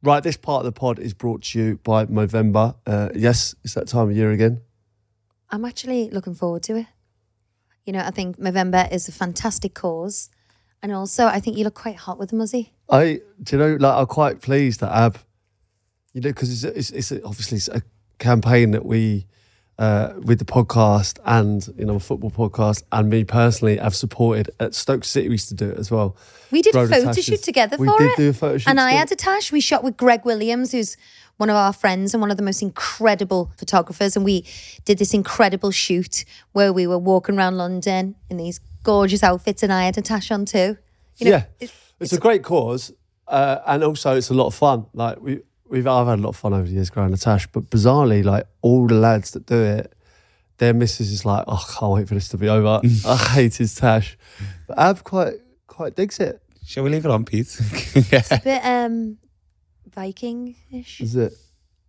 Right, this part of the pod is brought to you by Movember. Uh, yes, it's that time of year again. I'm actually looking forward to it. You know, I think November is a fantastic cause. And also, I think you look quite hot with the muzzy. I, do you know, like I'm quite pleased that Ab, you know, because it's, it's, it's obviously it's a campaign that we, uh, with the podcast and you know, a football podcast, and me personally, have supported. At Stoke City, we used to do it as well. We did Roller a photo tashes. shoot together We for did it. do a photo shoot And I together. had a tash. We shot with Greg Williams, who's one of our friends and one of the most incredible photographers. And we did this incredible shoot where we were walking around London in these gorgeous outfits, and I had a tash on too. You know, yeah, it's, a great cause, uh, and also it's a lot of fun. Like we, we've I've had a lot of fun over the years growing a tash, but bizarrely, like all the lads that do it, their missus is like, "Oh, I can't wait for this to be over. I hate his tash." But Ab quite quite digs it. Shall we leave it on, Pete? yeah. A bit um, Viking ish. Is it?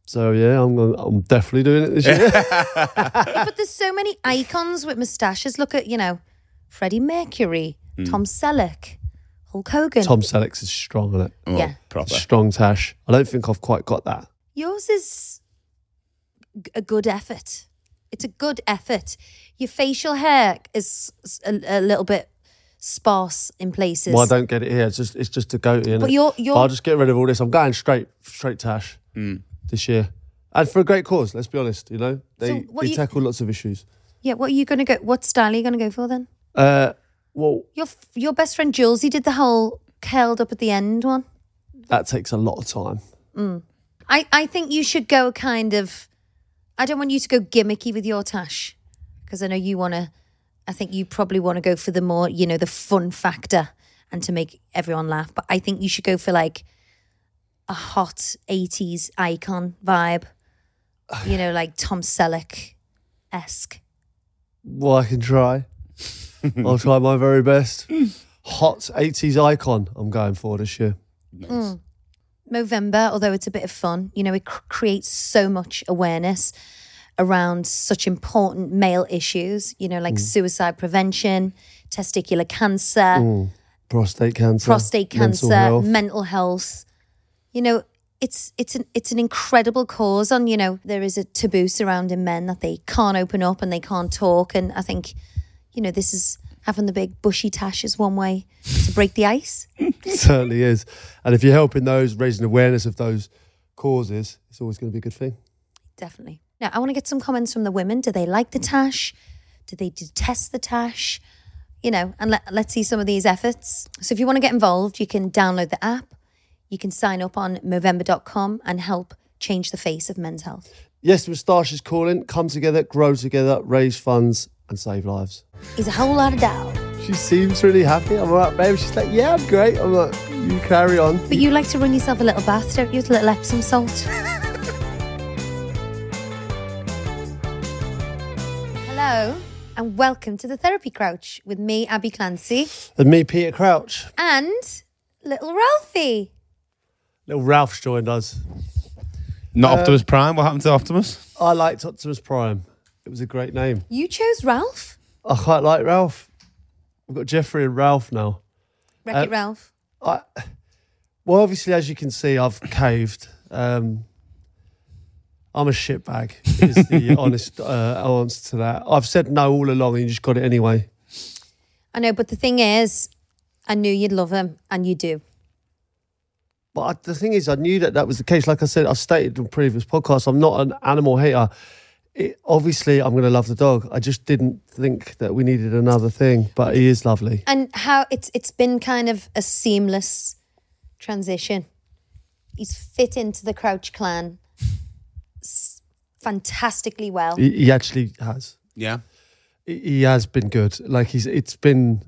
So yeah, I'm gonna, I'm definitely doing it this year. but there's so many icons with mustaches. Look at, you know, Freddie Mercury, Tom Selleck, Hulk Hogan. Hmm. Tom Selleck's is strong on it. Well, Yeah. Proper. Strong tash. I don't think I've quite got that. Yours is g- a good effort. It's a good effort. Your facial hair is s- a, a little bit sparse in places. Well, I don't get it here. It's just it's just a goatee. innit? But you're- you're- I'll just get rid of all this. I'm going straight straight tash this year, and for a great cause. Let's be honest. You know, they what they you- tackle lots of issues. yeah, what are you going to go? What style are you going to go for then? Uh, well, Your f- your best friend Jules, he did the whole curled up at the end one. that takes a lot of time. I, I think you should go kind of. I don't want you to go gimmicky with your tash because I know you want to. I think you probably want to go for the more, you know, the fun factor and to make everyone laugh. But I think you should go for like a hot 80s icon vibe, you know, like Tom Selleck esque. Well, I can try. I'll try my very best. Hot 80s icon. I'm going for this year. Movember, although it's a bit of fun, you know, it cr- creates so much awareness around such important male issues, you know, like Mm. suicide prevention, testicular cancer, Prostate cancer. prostate cancer, Mental health. You know, it's it's an it's an incredible cause on, you know, there is a taboo surrounding men that they can't open up and they can't talk and I think you know, this is having the big bushy tash is one way to break the ice. certainly is. And if you're helping those, raising awareness of those causes, it's always going to be a good thing. Definitely. Now, I want to get some comments from the women. Do they like the tash? Do they detest the tash? You know, and let, let's see some of these efforts. So, if you want to get involved, you can download the app, you can sign up on Movember.com and help change the face of men's health. Yes, Moustache is calling. Come together, grow together, raise funds, and save lives. He's a whole lot of doubt. She seems really happy. I'm like, babe. She's like, yeah, I'm great. I'm like, you carry on. But you like to run yourself a little bath, don't you? With a little Epsom salt. Hello, and welcome to the Therapy Crouch with me, Abby Clancy, And me, Peter Crouch. and little Ralphie. Little Ralph's joined us. Not Optimus Prime. What happened to Optimus? I liked Optimus Prime. It was a great name. You chose Ralph? I quite like Ralph. We've got Jeffrey and Ralph now. Wreck Uh, It Ralph. I, well, obviously, as you can see, I've caved. Um, I'm a shitbag, is the honest uh, answer to that. I've said no all along and you just got it anyway. I know, but the thing is, I knew you'd love him, and you do. But I, the thing is, I knew that that was the case. Like I said, I stated in previous podcasts, I'm not an animal hater. It, obviously, I'm going to love the dog. I just didn't think that we needed another thing, but he is lovely. And how it's it's been kind of a seamless transition. He's fit into the Crouch clan s- fantastically well. He, he actually has. Yeah. He- He has been good. Like he's, it's been,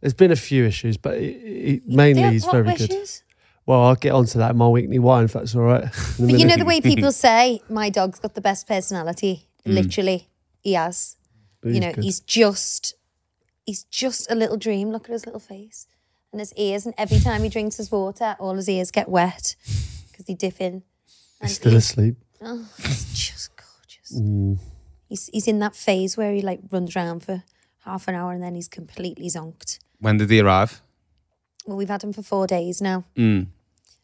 there's been a few issues, but he, he, They mainly have he's what very good. wishes? Well, I'll get onto that in my weekly wine if that's all right. in a But you minute. know the way people say, my dog's got the best personality. Mm. Literally, he has. you He's know, good. he's just, he's just a little dream. Look at his little face and his ears. And every time he drinks his water, all his ears get wet because they dip in. And He's still he- asleep. oh, he's just gorgeous. He's, he's in that phase where he like runs around for half an hour and then he's completely zonked. When did he arrive? Well, we've had him for four days now. Mm.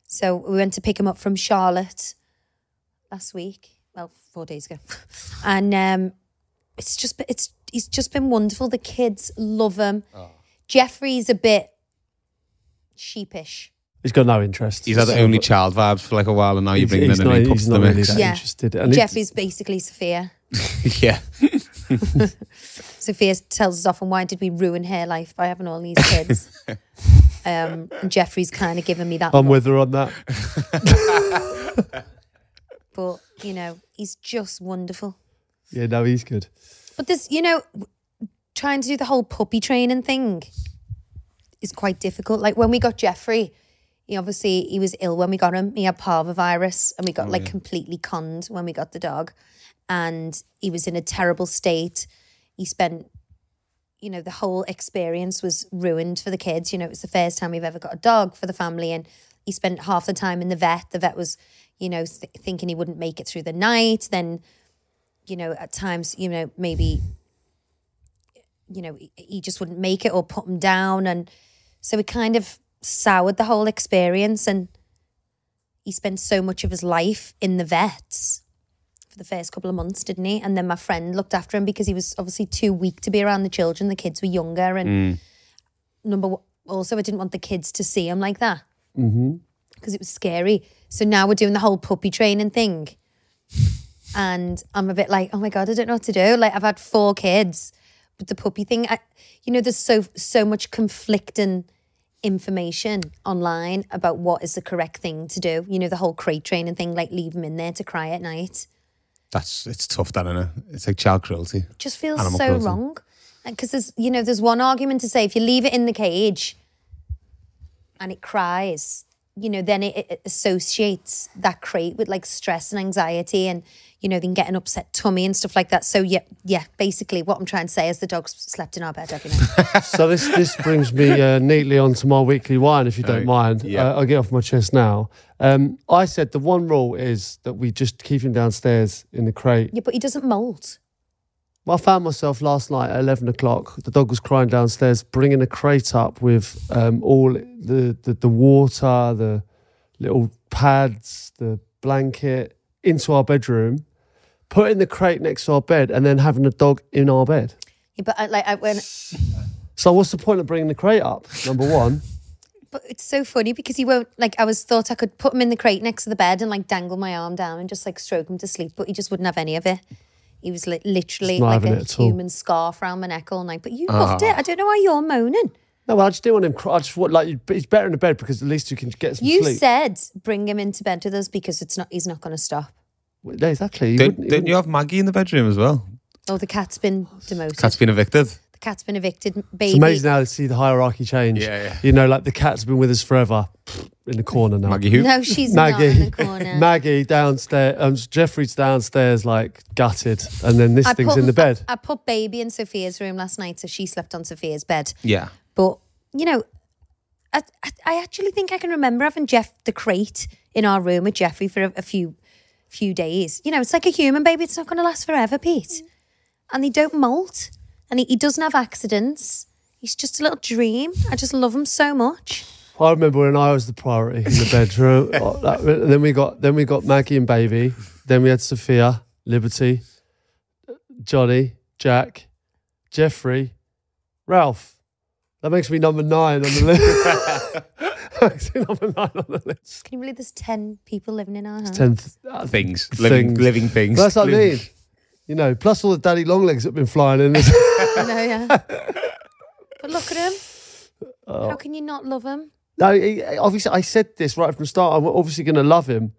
So we went to pick him up from Charlotte last week. Well, four days ago, and um, it's just be- it's he's just been wonderful. The kids love him. Jeffrey's a bit sheepish. He's got no interest. He's had the only child vibes for like a while, and now you're He's- bringing he's in a new not- pup he's to the not really mix. that Yeah. interested. And it's- Jeffrey's basically Sophia. yeah. Sophia tells us often, "Why did we ruin her life by having all these kids?" um, and Jeffrey's kind of given me that. I'm look, with her on that. but you know, he's just wonderful. Yeah, no, he's good. But this, you know, w- trying to do the whole puppy training thing is quite difficult. Like when we got Jeffrey, he obviously he was ill when we got him. He had parvovirus, and we got like completely conned when we got the dog, and he was in a terrible state. He spent. You know, the whole experience was ruined for the kids. You know, it was the first time we've ever got a dog for the family, and he spent half the time in the vet. The vet was, you know, th- thinking he wouldn't make it through the night. Then you know, at times, you know, maybe, you know, he- he just wouldn't make it or put him down. And so it kind of soured the whole experience. And he spent so much of his life in the vets for the first couple of months, didn't he? And then my friend looked after him because he was obviously too weak to be around the children. The kids were younger. And number one, also, I didn't want the kids to see him like that because it was scary. So now we're doing the whole puppy training thing and I'm a bit like, oh my god, I don't know what to do. Like I've had four kids, but the puppy thing, I, you know, there's so so much conflicting information online about what is the correct thing to do. You know, the whole crate training thing, like leave them in there to cry at night, That's it's tough, that, innit? It's like child cruelty. just feels Animal so cruelty. wrong. Because there's you know there's one argument to say if you leave it in the cage and it cries, you know, then it, it associates that crate with like stress and anxiety and, you know, then getting upset tummy and stuff like that. So, yeah, yeah, basically what I'm trying to say is the dogs slept in our bed every night. so this this brings me uh, neatly onto my weekly wine, if you don't mind. yeah. Uh, I'll get off my chest now. Um, I said the one rule is that we just keep him downstairs in the crate. yeah, but he doesn't mold. Well, I found myself last night at 11 o'clock. The dog was crying downstairs, bringing a crate up with um, all the, the, the water, the little pads, the blanket into our bedroom, putting the crate next to our bed, and then having the dog in our bed. Yeah, but I, like I, when, So, what's the point of bringing the crate up? Number one. but it's so funny because he won't like. I was thought I could put him in the crate next to the bed and like dangle my arm down and just like stroke him to sleep, but he just wouldn't have any of it. He was like literally Just not like having a it at all. Ah. human scarf around my neck all night. But you loved it. I don't know why you're moaning. No, well, I just didn't want him. Cry. I just want, like, he's better in the bed because at least you can get some You sleep. said bring him into bed with us because it's not he's not going to stop. Well, yeah, exactly. You Don't, wouldn't- you don't you have Maggie in the bedroom as well? Oh, the cat's been demoted. Cat's been evicted. the cat's been evicted. It's Baby, amazing how to see the hierarchy change. Yeah, yeah. You know, like the cat's been with us forever Pfft, in the corner now. Maggie who? no, she's not in the corner. Maggie downstairs. Um, Jeffrey's downstairs, like gutted, and then this thing's put, in the bed. I put baby in Sophia's room last night, so she slept on Sophia's bed. Yeah. But you know, I, I, I actually think I can remember having Jeff the crate in our room with Jeffrey for a, a few few days. You know, it's like a human baby; it's not going to last forever, Pete. And they don't molt, and he, he doesn't have accidents. He's just a little dream. I just love him so much. I remember when I was the priority in the bedroom. Oh, that- and then we got then we got Maggie and baby. Then we had Sophia, Liberty, Johnny, Jack, Jeffrey, Ralph. That makes me number nine on the list. Makes me number nine on the list. Can you believe there's ten people living in our house? Tenth. uh, Things. Living Things. living things. That's what I Living- mean. You know, plus all the daddy long legs that have been flying in. This. I know, yeah. but look at him. How can you not love him? no, he- obviously, I said this right from the start. I'm obviously going to love him,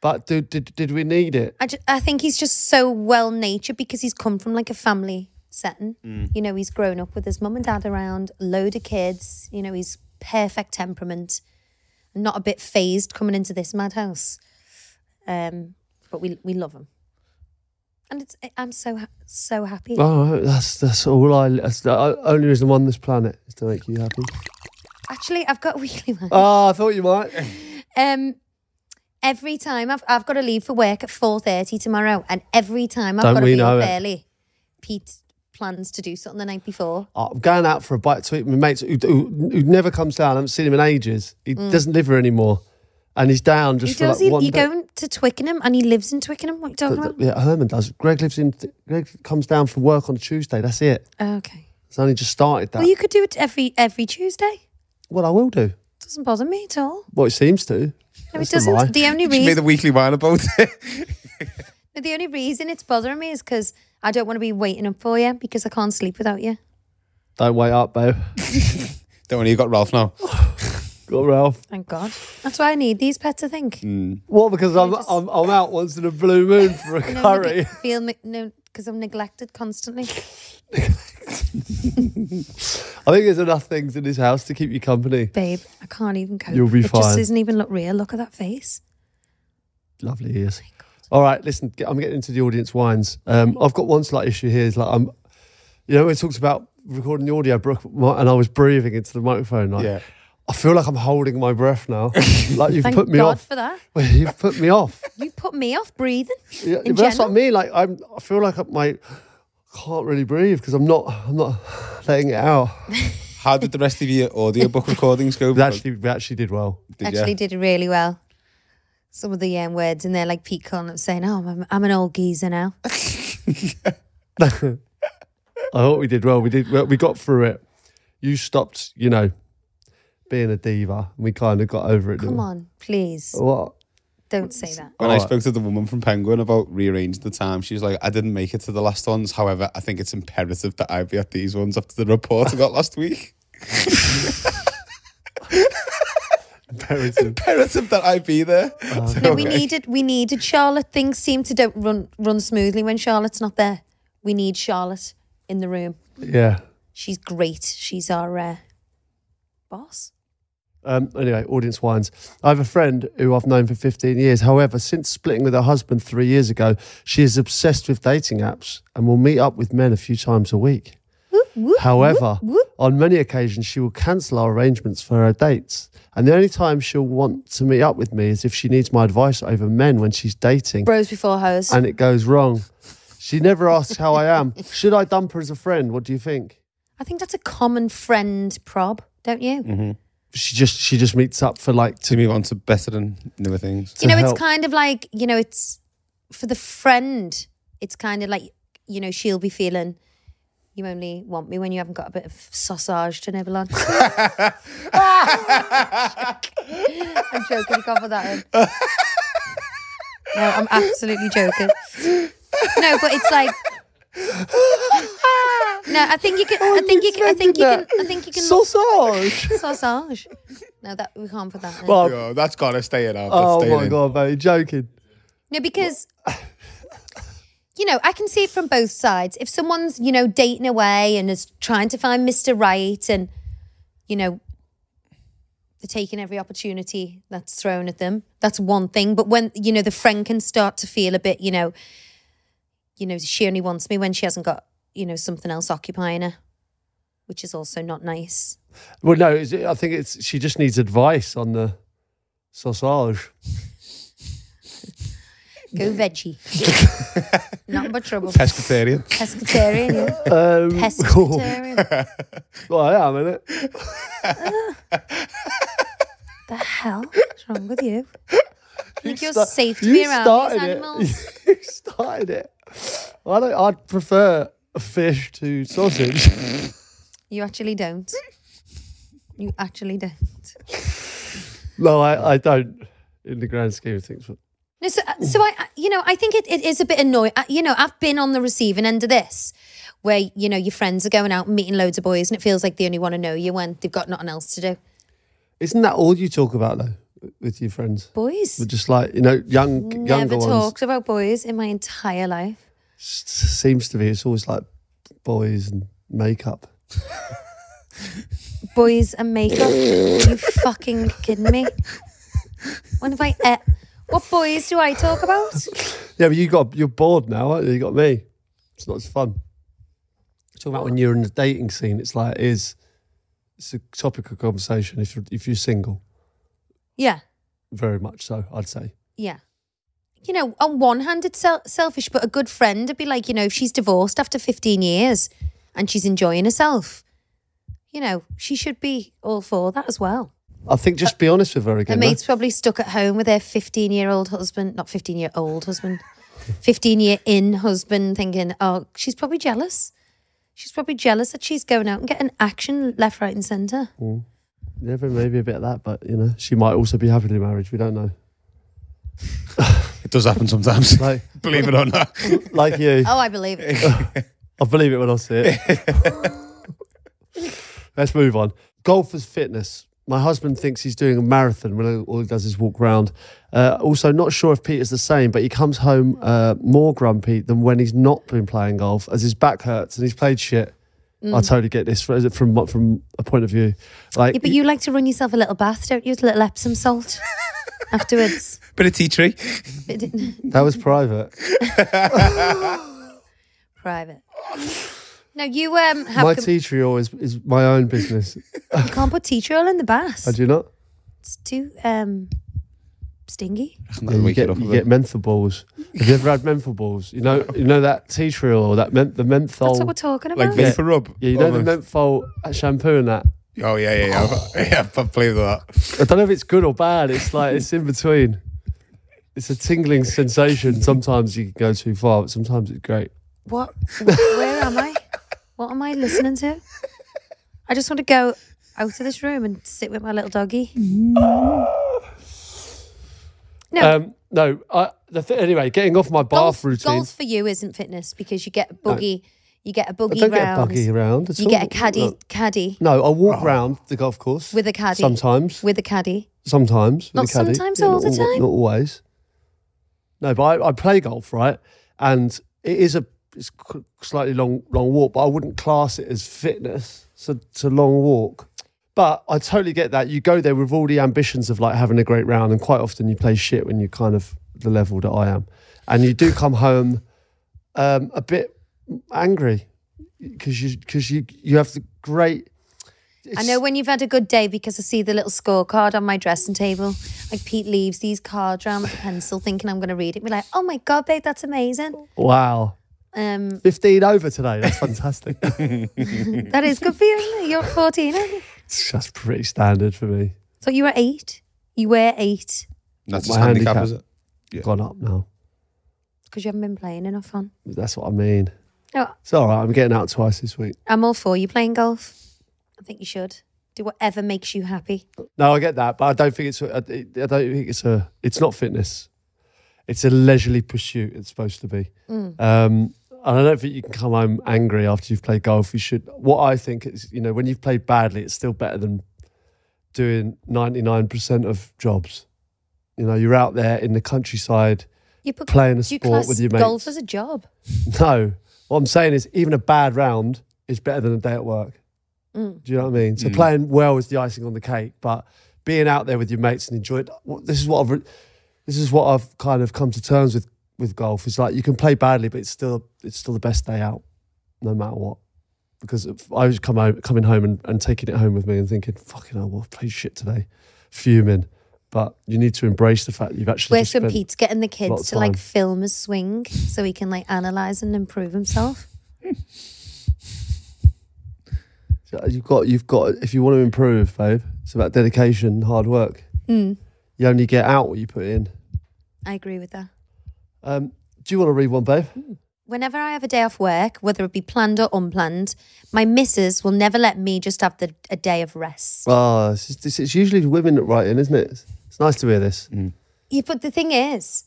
but did, did did we need it? I, ju- I think he's just so well natured because he's come from like a family setting. You know, he's grown up with his mum and dad around, load of kids. You know, he's perfect temperament. and not a bit phased coming into this madhouse. Um, but we we love him, and it's I'm so ha- so happy. Oh, that's that's all I. That's the o- only reason I'm on this planet is to make you happy. Actually, I've got a weekly one. Oh, I thought you might. Um, every time I've I've got to leave for work at four thirty tomorrow, and every time I've Don't got to we be know up it? early, Pete plans to do something the night before. Ah, I'm going out for a bite to eat with my mates who, who, who never comes down. I haven't seen him in ages. He doesn't live here anymore, and he's down just Mm. He for does. like he, one you're day. going to Twickenham, and he lives in Twickenham. What are you talking about? yeah, Herman does. Greg lives in. Greg comes down for work on Tuesday. That's it. Oh, okay. It's only just started that. Well, you could do it every every Tuesday. well, I will do. Doesn't bother me at all. Well, it seems to. No, That's it a lie. doesn't. The only She made the reason weekly wine about it. the only reason it's bothering me is because I don't want to be waiting up for you because I can't sleep without you. Don't wait up, babe. Don't worry, you got Ralph now. Got Ralph. Thank God. That's why I need these pets. I think. What? Because I'm, I'm I'm out once in a blue moon for a No, curry. neg- feel me- no because I'm neglected constantly. I think there's enough things in this house to keep you company. Babe, I can't even cope. You'll be it fine. just doesn't even look real. Look at that face. Lovely Oh ears. All right, listen. get- I'm getting into the audience wines. Um, I've got one slight issue here. Is like I'm, you know, when it talks about recording the audio, Brooke, my, and I was breathing into the microphone. Like, Yeah. I feel like I'm holding my breath now. like you've Thank put me God off. for that. Well, you've put me off. You put me off breathing. Yeah, In but that's what I general? mean. Like I'm, I feel like I'm, my can't really breathe because I'm not, I'm not letting it out. How did the rest of your audiobook recordings go? We actually, we actually did well. Did ya? Actually, did really well. Some of the um, words in there, like Pete Cullen saying, "Oh, I'm, I'm an old geezer now." Oh. I thought we did well. We did. well, We got through it. You stopped, you know, being a diva, and we kind of got over it. didn't Come we? on, please Oh. What? don't say that. When I Alright. spoke to the woman from Penguin about rearranging the time, she was like, I didn't make it to the last ones. However, I think it's imperative that I be at these ones after the report I got last week. Imperative. imperative that I be there. Oh, So, No, we okay. needed we needed Charlotte. Things seem to don't run run smoothly when Charlotte's not there. We need Charlotte in the room. yeah. She's great. She's our uh, boss. Um, anyway, audience wines. I have a friend who I've known for 15 years. However, since splitting with her husband three years ago, she is obsessed with dating apps and will meet up with men a few times a week. However, on many occasions, she will cancel our arrangements for her dates. And the only time she'll want to meet up with me is if she needs my advice over men when she's dating Bros before hoes. and it goes wrong. She never asks how I am. Should I dump her as a friend? What do you think? I think that's a common friend prob, don't Mm-hmm. you? She just she just meets up for like To to move on to better and newer things. you know, help. it's kind of like, you know, it's for the friend, it's kind of like, you know, she'll be feeling, you only want me when you haven't got a bit of sausage to nibble on. I'm joking, you can't put that in. No, I'm absolutely joking. No, but it's like. No, I think you can. I think you can. I think you can. I think you can. sausage. Sausage. No, that we can't put that in. Well, Yo, that's got to stay in out. oh my god, mate, you're joking. No, because you know, I can see it from both sides. If someone's, you know, dating away and is trying to find Mr. Right and, you know, they're taking every opportunity that's thrown at them, that's one thing. But when, you know, the friend can start to feel a bit, you know, you know, she only wants me when she hasn't got, you know, something else occupying her, which is also not nice. Well, no, is it- I think it's she just needs advice on the sausage. Go veggie. Nothing but trouble. Pescatarian. Pescatarian. yeah. Um, Pescatarian. well, I am, innit? The hell is wrong with you? I think you're safe to You be around started these animals. it. You started it. I don't. I'd prefer fish to sausage. You actually don't. You actually don't. no, I, I don't. In the grand scheme of things, but No, so, uh, so I, I- you know, I think it, it is a bit annoying. I- You know, I've been on the receiving end of this, where you know your friends are going out and meeting loads of boys, and it feels like they only want to know you when they've got nothing else to do. isn't that all you talk about though with your friends? Boys. We're just like you know, young Never younger ones. talked about boys in my entire life. S- seems to be it's always like boys and makeup. boys and makeup. Are you fucking kidding me? When have I? E- what boys do I talk about? Yeah, but you got you're bored now, aren't you? You got me. It's not as fun. Talking about when you're in the dating scene, it's like it is it's a topic of conversation if you're if you're single. Yeah, Very much so, I'd say. yeah. You know, on one hand, it's sel- selfish, but a good friend would be like, you know, if she's divorced after 15 years and she's enjoying herself, you know, she should be all for that as well. I think just be honest with her again. Her no? mate's probably stuck at home with their 15 year old husband, not 15 year old husband, 15 year in husband, thinking, oh, she's probably jealous. She's probably jealous that she's going out and getting action left, right, and centre. Yeah, but maybe a bit of that, but you know, she might also be happy in marriage. We don't know. It does happen sometimes. Like Believe it or not. like you, Oh, I believe it. I believe it when I see it. Let's move on. Golf is fitness. My husband thinks he's doing a marathon when all he does is walk round. Uh, also, not sure if Peter's the same, but he comes home uh, more grumpy than when he's not been playing golf, as his back hurts and he's played shit. I totally get this from from from a point of view. Like, Mm. Yeah, but you like to run yourself a little bath, don't you? With a little Epsom salt afterwards. Bit of tea tree. But it- that was private. Private. No, you um have my com- tea tree oil is, is my own business. you can't put tea tree oil in the bath. I do not. It's too um stingy. I'll Yeah, you wake get, it up a you bit. get menthol balls. Have you ever had menthol balls? You know, you know that tea tree oil, that men, the menthol. That's what we're talking about. like vapor rub. yeah, you know Oh, the almost. menthol shampoo and that. Oh yeah, yeah, yeah. I've, yeah, I've played with that. I don't know if it's good or bad. It's like it's in between. It's a tingling sensation. Sometimes you can go too far, but sometimes it's great. What? Where am I? What am I listening to? I just want to go out of this room and sit with my little doggy. No, Um, no, I, the th- anyway, getting off my bath golf, routine. golf for you isn't fitness because you get a buggy, you get a I buggy don't get a round, buggy around. at you all. get a caddy, No. caddy No, I walk round the golf course with a caddy, sometimes. with a caddy. Sometimes. with Not a caddy. sometimes, all not the al- time. Not always. No, but I, I play golf, right? And it is a it's qu- slightly long long walk, but I wouldn't class it as fitness. So it's a long walk. But I totally get that. You go there with all the ambitions of like having a great round, and quite often you play shit when you're kind of the level that I am. And you do come home um, a bit angry because you because you you have the great. I know when you've had a good day because I see the little scorecard on my dressing table. Like Pete leaves these cards around with a pencil, thinking I'm going to read it. Be like, oh my god, babe, that's amazing. Wow, Um, fifteen over today. That's fantastic. That is good for you. isn't it? You're 14, aren't you? That's pretty standard for me. So you were eight. You were eight That's My his handicap, handicap. is it? Yeah. Gone up now. because you haven't been playing enough on. That's what I mean. No, It's all right. I'm getting out twice this week. I'm all for you playing golf. I think you should do whatever makes you happy. No, I get that, but I don't think it's. I I don't think it's a. It's not fitness. It's a leisurely pursuit. It's supposed to be. Um, and I don't think you can come home angry after you've played golf. You should. What I think is, you know, when you've played badly, it's still better than doing ninety nine percent of jobs. You know, you're out there in the countryside. You put Playing a do you sport class with your mates. Golf as a job. No. What I'm saying is, even a bad round is better than a day at work. Do you know what I mean? So playing well is the icing on the cake, but being out there with your mates and enjoying well, this is what I've re- this is what I've kind of come to terms with with golf. It's like you can play badly, but it's still it's still the best day out, no matter what. Because if I was come home, coming home and, and taking it home with me and thinking, "Fucking hell, well, I played shit today," fuming. But you need to embrace the fact that you've actually Where's just when spent Pete's getting the lot of kids to like time. film his swing so he can like analyze and improve himself? So You've got, you've got. If you want to improve, babe, it's about dedication, and hard work. Mm. You only get out what you put in. I agree with that. Um, do you want to read one, babe? Mm. Whenever I have a day off work, whether it be planned or unplanned, my missus will never let me just have the, a day of rest. Ah, it's, just- it's, it's usually women that write in, isn't it? It's, it's nice to hear this. Yeah, but the thing is,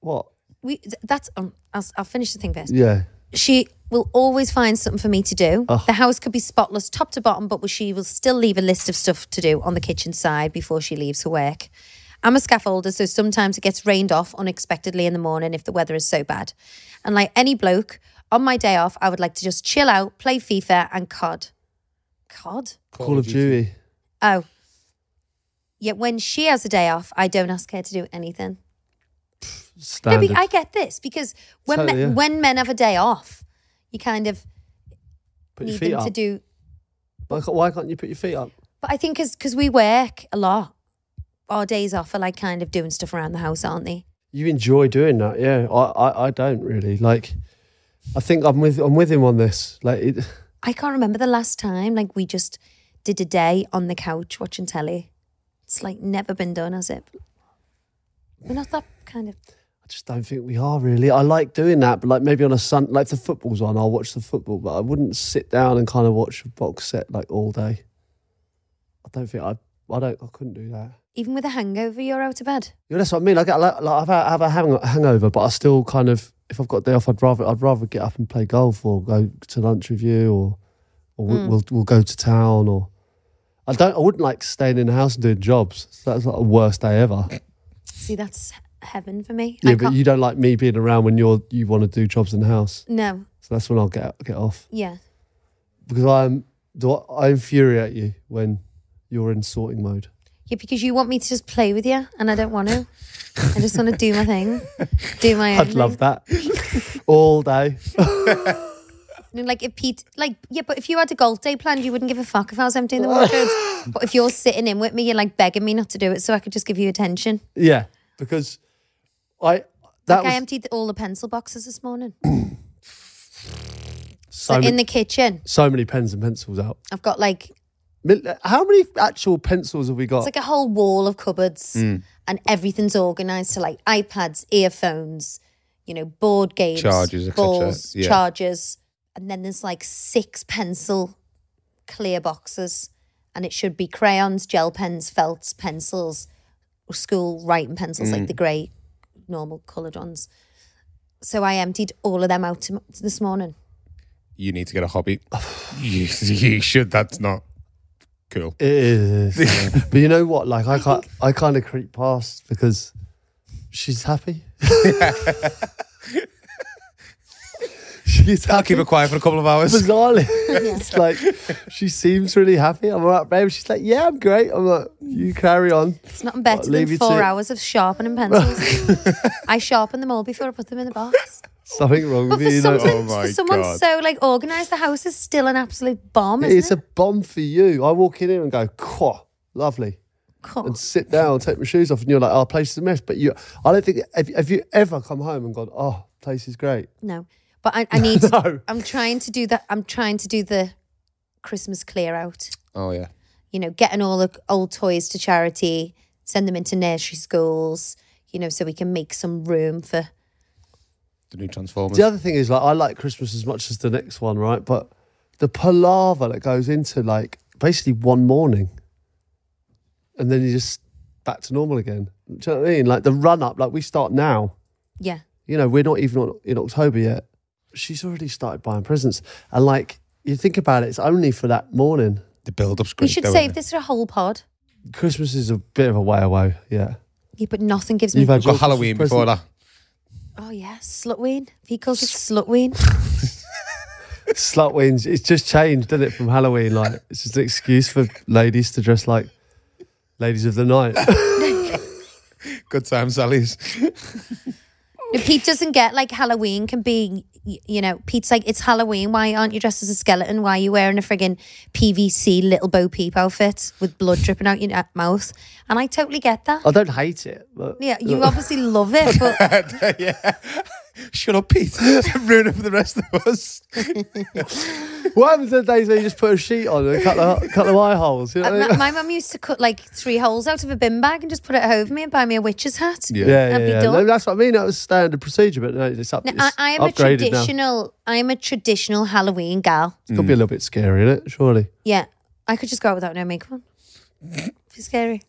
What? we th- that's um, I'll, I'll finish the thing first. Yeah. She will always find something for me to do. Ugh. The house could be spotless top to bottom, but she will still leave a list of stuff to do on the kitchen side before she leaves her work. I'm a scaffolder, so sometimes it gets rained off unexpectedly in the morning if the weather is so bad. And like any bloke, on my day off, I would like to just chill out, play FIFA and COD. God. Call, of Duty. Oh. Yeah, when she has a day off, I don't ask her to do anything. No, Standard. be- I get this because when Totally, men, yeah. when men have a day off, you kind of put your need feet them up. to do. why, can't, why can't you put your feet up? But I think because we work a lot, our days off are like kind of doing stuff around the house, aren't they? You enjoy doing that, yeah. I, I, I don't really like. I think I'm with I'm with him on this. Like, it, I can't remember the last time like we just did a day on the couch watching telly. It's like never been done, has it? We're not that kind of. I just don't think we are really. I like doing that, but like maybe on a sun, like if the football's on, I'll watch the football, but I wouldn't sit down and kind of watch a box set like all day. I don't think I. I don't. I couldn't do that. Even with a hangover, you're out of bed. You know, that's what I mean. I get like, like I've had, I have a hang, hangover, but I still kind of if I've got a day off, I'd rather I'd rather get up and play golf or go to lunch with you or or we'll, we'll we'll go to town or I don't I wouldn't like staying in the house and doing jobs. So that's like the worst day ever. See, that's heaven for me. Yeah, I but can't- you don't like me being around when you're you want to do jobs in the house. No, So that's when I'll get get off yeah. because I'm do I, I infuriate you when you're in sorting mode. Yeah, because you want me to just play with you, and I don't want to. I just want to do my thing, do my own. I'd love that all day. thing. And like if Pete, like yeah, but if you had a golf day planned, you wouldn't give a fuck if I was emptying the wardrobe. but if you're sitting in with me, you're like begging me not to do it, so I could just give you attention. Yeah, because I that Like I was emptied all the pencil boxes this morning. so So many- in the kitchen, so many pens and pencils out. I've got like Mil- How many actual pencils have we got? it's like a whole wall of cupboards, Mm. and everything's organised to like iPads, earphones, you know, board games, Chargers, et cetera. balls, Yeah. chargers, and then there's like six pencil clear boxes, and it should be crayons, gel pens, felts, pencils, school writing pencils, like Mm. the grey, normal coloured ones. So I emptied all of them out to- this morning. You need to get a hobby. you, you should. That's not cool. it is. but you know what? Like I can't, I kind of creep past because she's happy. she's happy. I'll keep it quiet for a couple of hours. Bizarrely, it's like she seems really happy. I'm all right, babe. She's like, yeah, I'm great. I'm like, you carry on. It's nothing better leave than you four to- hours of sharpening pencils. I sharpen them all before I put them in the box. Something wrong But with for, you. you know? something, Oh my for someone God. so like organised, the house is still an absolute bomb, isn't it's it? a bomb for you. I walk in here and go, "Quah, lovely. God. and sit down, take my shoes off, and you're like, "Oh, place is a mess." But you, I don't think have, have you ever come home and gone, "Oh, place is great." No, but I, I need. to- No. I'm trying to do that. I'm trying to do the Christmas clear out. Oh yeah. You know, getting all the old toys to charity, send them into nursery schools. You know, so we can make some room for. The new Transformers. The other thing is like I like Christmas as much as the next one, right? But the palaver that goes into like basically one morning, and then you just back to normal again. Do you know what I mean? Like the run up, like we start now. Yeah, you know, we're not even on- in October yet. She's already started buying presents. And like, you think about it, it's only for that morning. The build-up's great. we should though, save isn't it? this for a whole pod. Christmas is a bit of a way away. Yeah. Yeah, but nothing gives me. You've had We've got your Halloween Christmas before that. oh yeah, slutween. If he calls it slutween. present. Slut wings. It's just changed, didn't it, from Halloween? Like, it's just an excuse for ladies to dress like ladies of the night. Good time, Sally's. No, Pete doesn't get like Halloween can be, y- you know, Pete's like, it's Halloween. Why aren't you dressed as a skeleton? Why are you wearing a friggin' PVC little Bo Peep outfit with blood dripping out your na- mouth? And I totally get that. I don't hate it, but Yeah, you obviously love it, but yeah. Shut up, Pete. Ruin it for the rest of us. what happens to the days where you just put a sheet on and cut the, cut the eye holes? You know what I my, mean? my mum used to cut like three holes out of a bin bag and just put it over me and buy me a witch's hat. Yeah. Yeah, yeah, That'd be yeah. done. No, that's what I mean. That was standard procedure, but no, it's up. No, I, it's I am a upgraded now. traditional, I am a traditional Halloween gal. It's got to be a little bit scary, isn't it? Surely. Yeah, I could just go out without no makeup on. It's scary.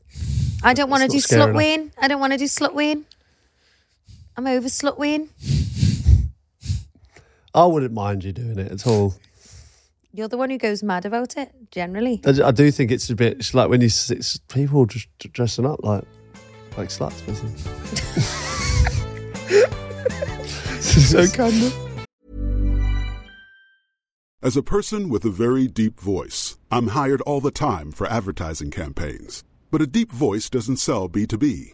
I don't want to not do scary enough. slutween. I don't want to do slutween. I'm over slutween. I wouldn't mind you doing it at all. You're the one who goes mad about it generally. I, I do think it's a bit it's like when you s- it's people just d- dressing up like like sluts. Basically. so kind of. As a person with a very deep voice, I'm hired all the time for advertising campaigns. But a deep voice doesn't sell B2B,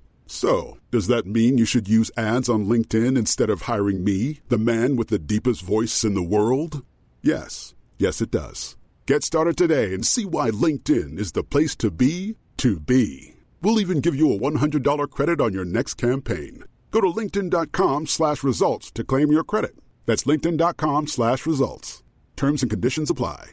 So, does that mean you should use ads on LinkedIn instead of hiring me, the man with the deepest voice in the world? Yes. Yes, it does. Get started today and see why LinkedIn is the place to be to be. We'll even give you a $100 credit on your next campaign. Go to linkedin.com slash results to claim your credit. That's linkedin.com slash results. Terms and conditions apply.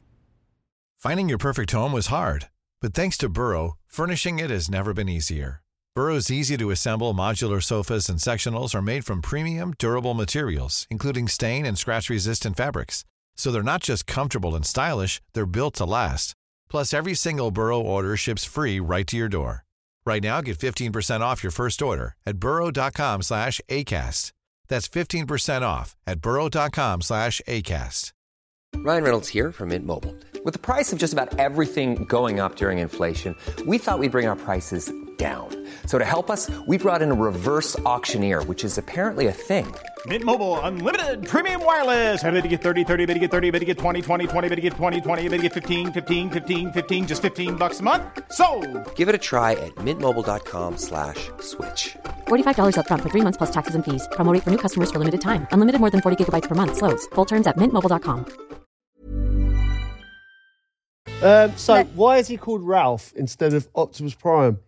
Finding your perfect home was hard, but thanks to Burrow, furnishing it has never been easier. Burrow's easy-to-assemble modular sofas and sectionals are made from premium, durable materials, including stain and scratch-resistant fabrics. So they're not just comfortable and stylish, they're built to last. Plus, every single Burrow order ships free right to your door. Right now, get 15% off your first order at burrow.com slash ACAST. That's 15% off at burrow.com slash ACAST. Ryan Reynolds here from Mint Mobile. With the price of just about everything going up during inflation, we thought we'd bring our prices down. So to help us, we brought in a reverse auctioneer, which is apparently a thing. Mint Mobile unlimited premium wireless. Ready to get 30, 30, bit to get 30, bit to get 20, 20, 20, bit to get 20, 20, bit to get 15, 15, 15, 15 just 15 bucks a month. So, Give it a try at mintmobile.com slash switch. $45 upfront for three months plus taxes and fees. Promo rate for new customers for limited time. Unlimited more than 40 gigabytes per month. Slows. Full terms at mintmobile.com. Um, so Let- why is he called Ralph instead of Optimus Prime?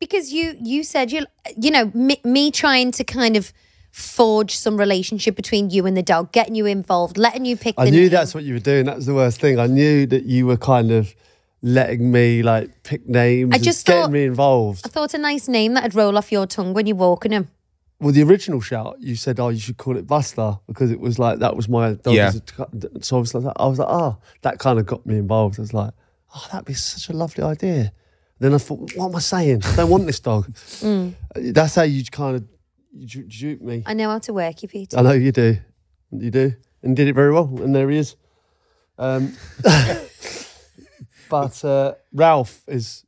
because you you said you you know me, me trying to kind of forge some relationship between you and the dog, getting you involved, letting you pick. I the knew name. that's what you were doing. That was the worst thing. I knew that you were kind of letting me like pick names. I and just getting thought- me involved. I thought a nice name that'd roll off your tongue when you're walking him. well, the original shout, you said, "Oh, you should call it Buster," because it was like that was my. Dog Yeah. So I was like, I was like, oh, that kind of got me involved. I was like, oh, that'd be such a lovely idea. Then I thought, what am I saying? I don't want this dog. Mm. That's how you kind of you ju- juke me. I know how to work you, Peter. I know you do. You do. And did it very well. And there he is. Um, but uh, Ralph is.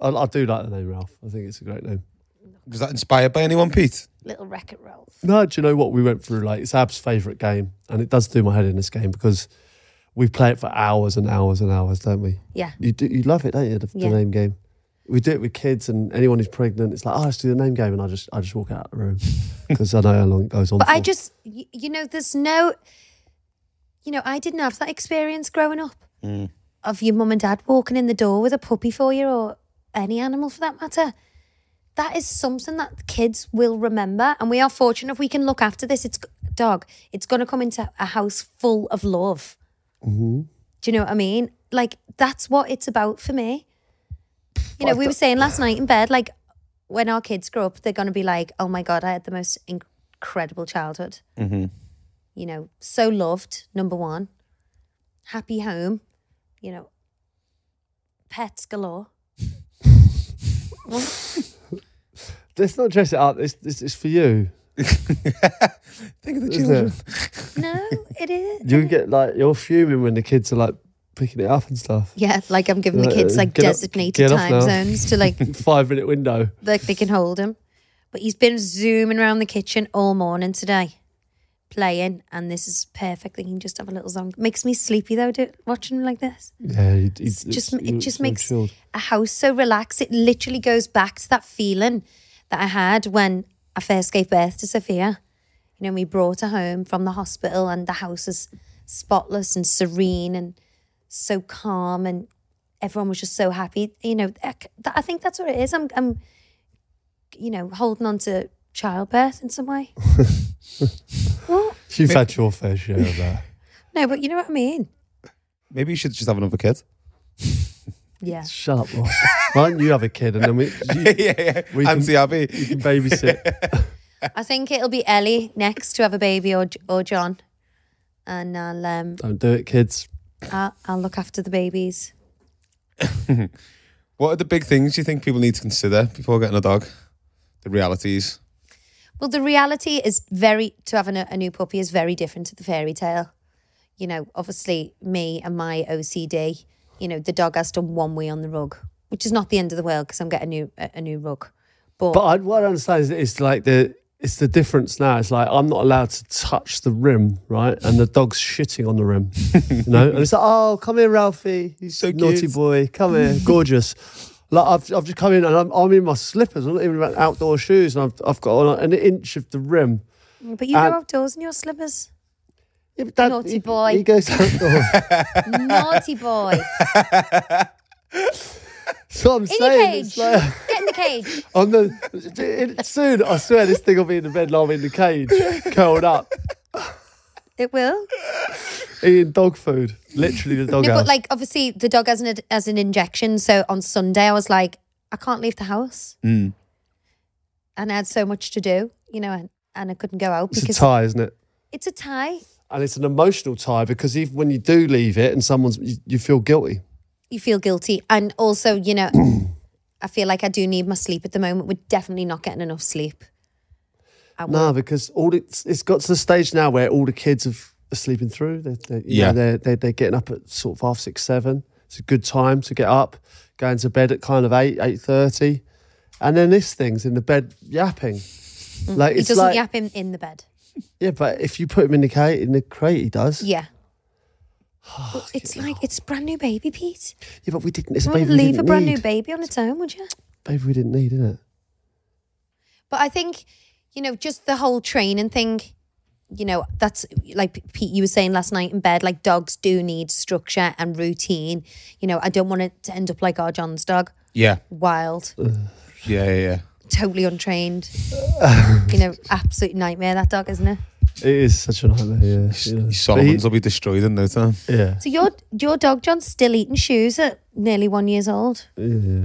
I, I do like the name Ralph. I think it's a great name. Was that inspired by anyone, Pete? Little wreck it Ralph. No, do you know what we went through? Like, it's Ab's favourite game. And it does do my head in this game because we play it for hours and hours and hours, don't we? Yeah. You do, you love it, don't you? The, Yeah. the name game. We do it with kids and anyone who's pregnant. It's like, oh, let's do the name game, and I just I just walk out of the room because I know how long it goes on. But I for. just you, you know there's no you know I didn't have that experience growing up of your mum and dad walking in the door with a puppy for you or any animal for that matter. That is something that kids will remember, and we are fortunate if we can look after this. It's g- dog. It's going to come into a house full of love. Do you know what I mean? Like that's what it's about for me. You know, we were saying last night in bed, like when our kids grow up, they're going to be like, "Oh my god, I had the most inc- incredible childhood." Mm-hmm. You know, so loved. Number one, happy home. You know, pets galore. let's not dress it up. This this is for you. Think of the Isn't it? No, it is. You get like you're fuming when the kids are like picking it up and stuff. Yeah, like I'm giving the Uh, kids like get off- designated get off time now. zones to like Five minute window. like they can hold him. But he's been zooming around the kitchen all morning today, playing, and this is perfect. They can just have a little song. Makes me sleepy though, do, watching him like this. Yeah, it, It's just it just makes Chilled. a house so relaxed. It literally goes back to that feeling that I had when I first gave birth to Sophia. You know, we brought her home from the hospital, and the house is spotless and serene and so calm, and everyone was just so happy. You know, I c- that- I think that's what it is. I'm, I'm you know, holding on to childbirth in some way. What? You've had your fair share of that. No, but you know what I mean. Maybe you should just have another kid. Yeah. Shut up, Ross. Why don't you have a kid and then we you, yeah, yeah. We can- Auntie you Abby. can babysit? I think it'll be Ellie next to have a baby or or John, and I'll um Don't do it, kids. I'll, I'll look after the babies. What are the big things you think people need to consider before getting a dog? The realities. Well, the reality is very to having a, a new puppy is very different to the fairy tale. You know, obviously me and my OCD. You know, the dog has done one wee on the rug, which is not the end of the world because I'm getting a new a, a new rug. But, But I, what I understand is it's like the it's the difference now. It's like I'm not allowed to touch the rim, right? And the dog's shitting on the rim, you know. And it's like, oh, come here, Ralphie, he's So naughty cute." boy, come here, gorgeous. Like I've, I've just come in and I'm, I'm in my slippers. I'm not even about outdoor shoes, and I've, I've got on an inch of the rim. but you go and- outdoors in your slippers, Yeah, but Dad, Naughty he- boy. He goes outdoors. naughty boy, That's what I'm in your saying. cage, It's like, get in the cage. on the it, soon, I swear this thing will be in the bed, and I'm in the cage, curled up, It will. eating dog food. Literally, the dog. No, but like obviously the dog has an as an injection. So on Sunday I was like, I can't leave the house, Hmm. and I had so much to do, you know, and, and I couldn't go out it's a because tie, isn't it? it's a tie. And it's an emotional tie because even when you do leave it and someone's, you, you feel guilty. You feel guilty, and also you know, I feel like I do need my sleep at the moment. We're definitely not getting enough sleep. I No, because all it's, it's got to the stage now where all the kids have, are sleeping through. They're, they're, you know, Yeah. they're, they're, they're getting up at sort of half six, seven. It's a good time to get up, going to bed at kind of eight, eight thirty, and then this thing's in the bed yapping. Like Mm. He it's doesn't like yap him in the bed. yeah, but if you put him in the cage, in the crate, he does. Yeah. Well, it's like it's brand new baby, Pete. Yeah, but we didn't. It's a You wouldn't baby. we leave a didn't brand need. new baby on its own, would you? Baby, we didn't need, innit? But I think, you know, just the whole training thing, you know, that's like Pete, you were saying last night in bed, like dogs do need structure and routine. You know, I don't want it to end up like our John's dog, Yeah. wild, Yeah, yeah, yeah. totally untrained. you know, absolute nightmare, that dog, isn't it? It is such a nightmare. Yeah, yeah. Your But he- Solomons will be destroyed in no time. yeah. So your your dog John's still eating shoes at nearly one years old. yeah.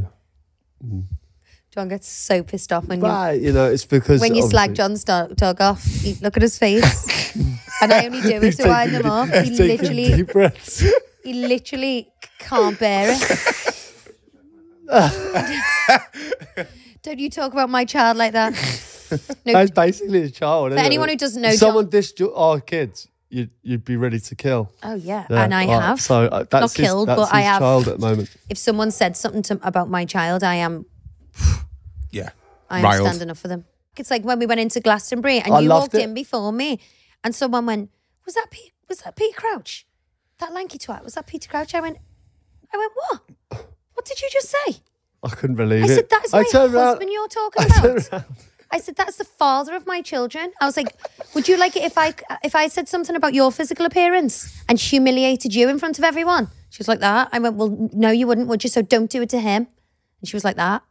John gets so pissed off when you But you know, it's because when you slag obviously- John's dog, dog off, he- look at his face. and I only do it to wind him up. He He's taking literally deep breaths. He literally can't bear it. Don't you talk about my child like that? No, That's basically his child. For anyone who doesn't know someone John- dished your, our kids, you'd you'd be ready to kill. oh yeah, Yeah, and I right. have. So uh, that's not his- killed, that's but I his have. Child at the moment. If someone said something to, about my child, I am, Yeah. I am Riled. standing up for them. It's like when we went into Glastonbury and I you loved walked it. in before me, and someone went, "Was that Pete? Was that Pete Crouch? That lanky twat? Was that Peter Crouch?" I went, "I went what? What did you just say?" I couldn't believe I it. said, "That is my turned husband round- you're talking I turned about." round. I said, "That's the father of my children." I was like, "Would you like it if I if I said something about your physical appearance and humiliated you in front of everyone?" She was like that. I went, "Well, n- no, you wouldn't, would you? So don't do it to him." And she was like that.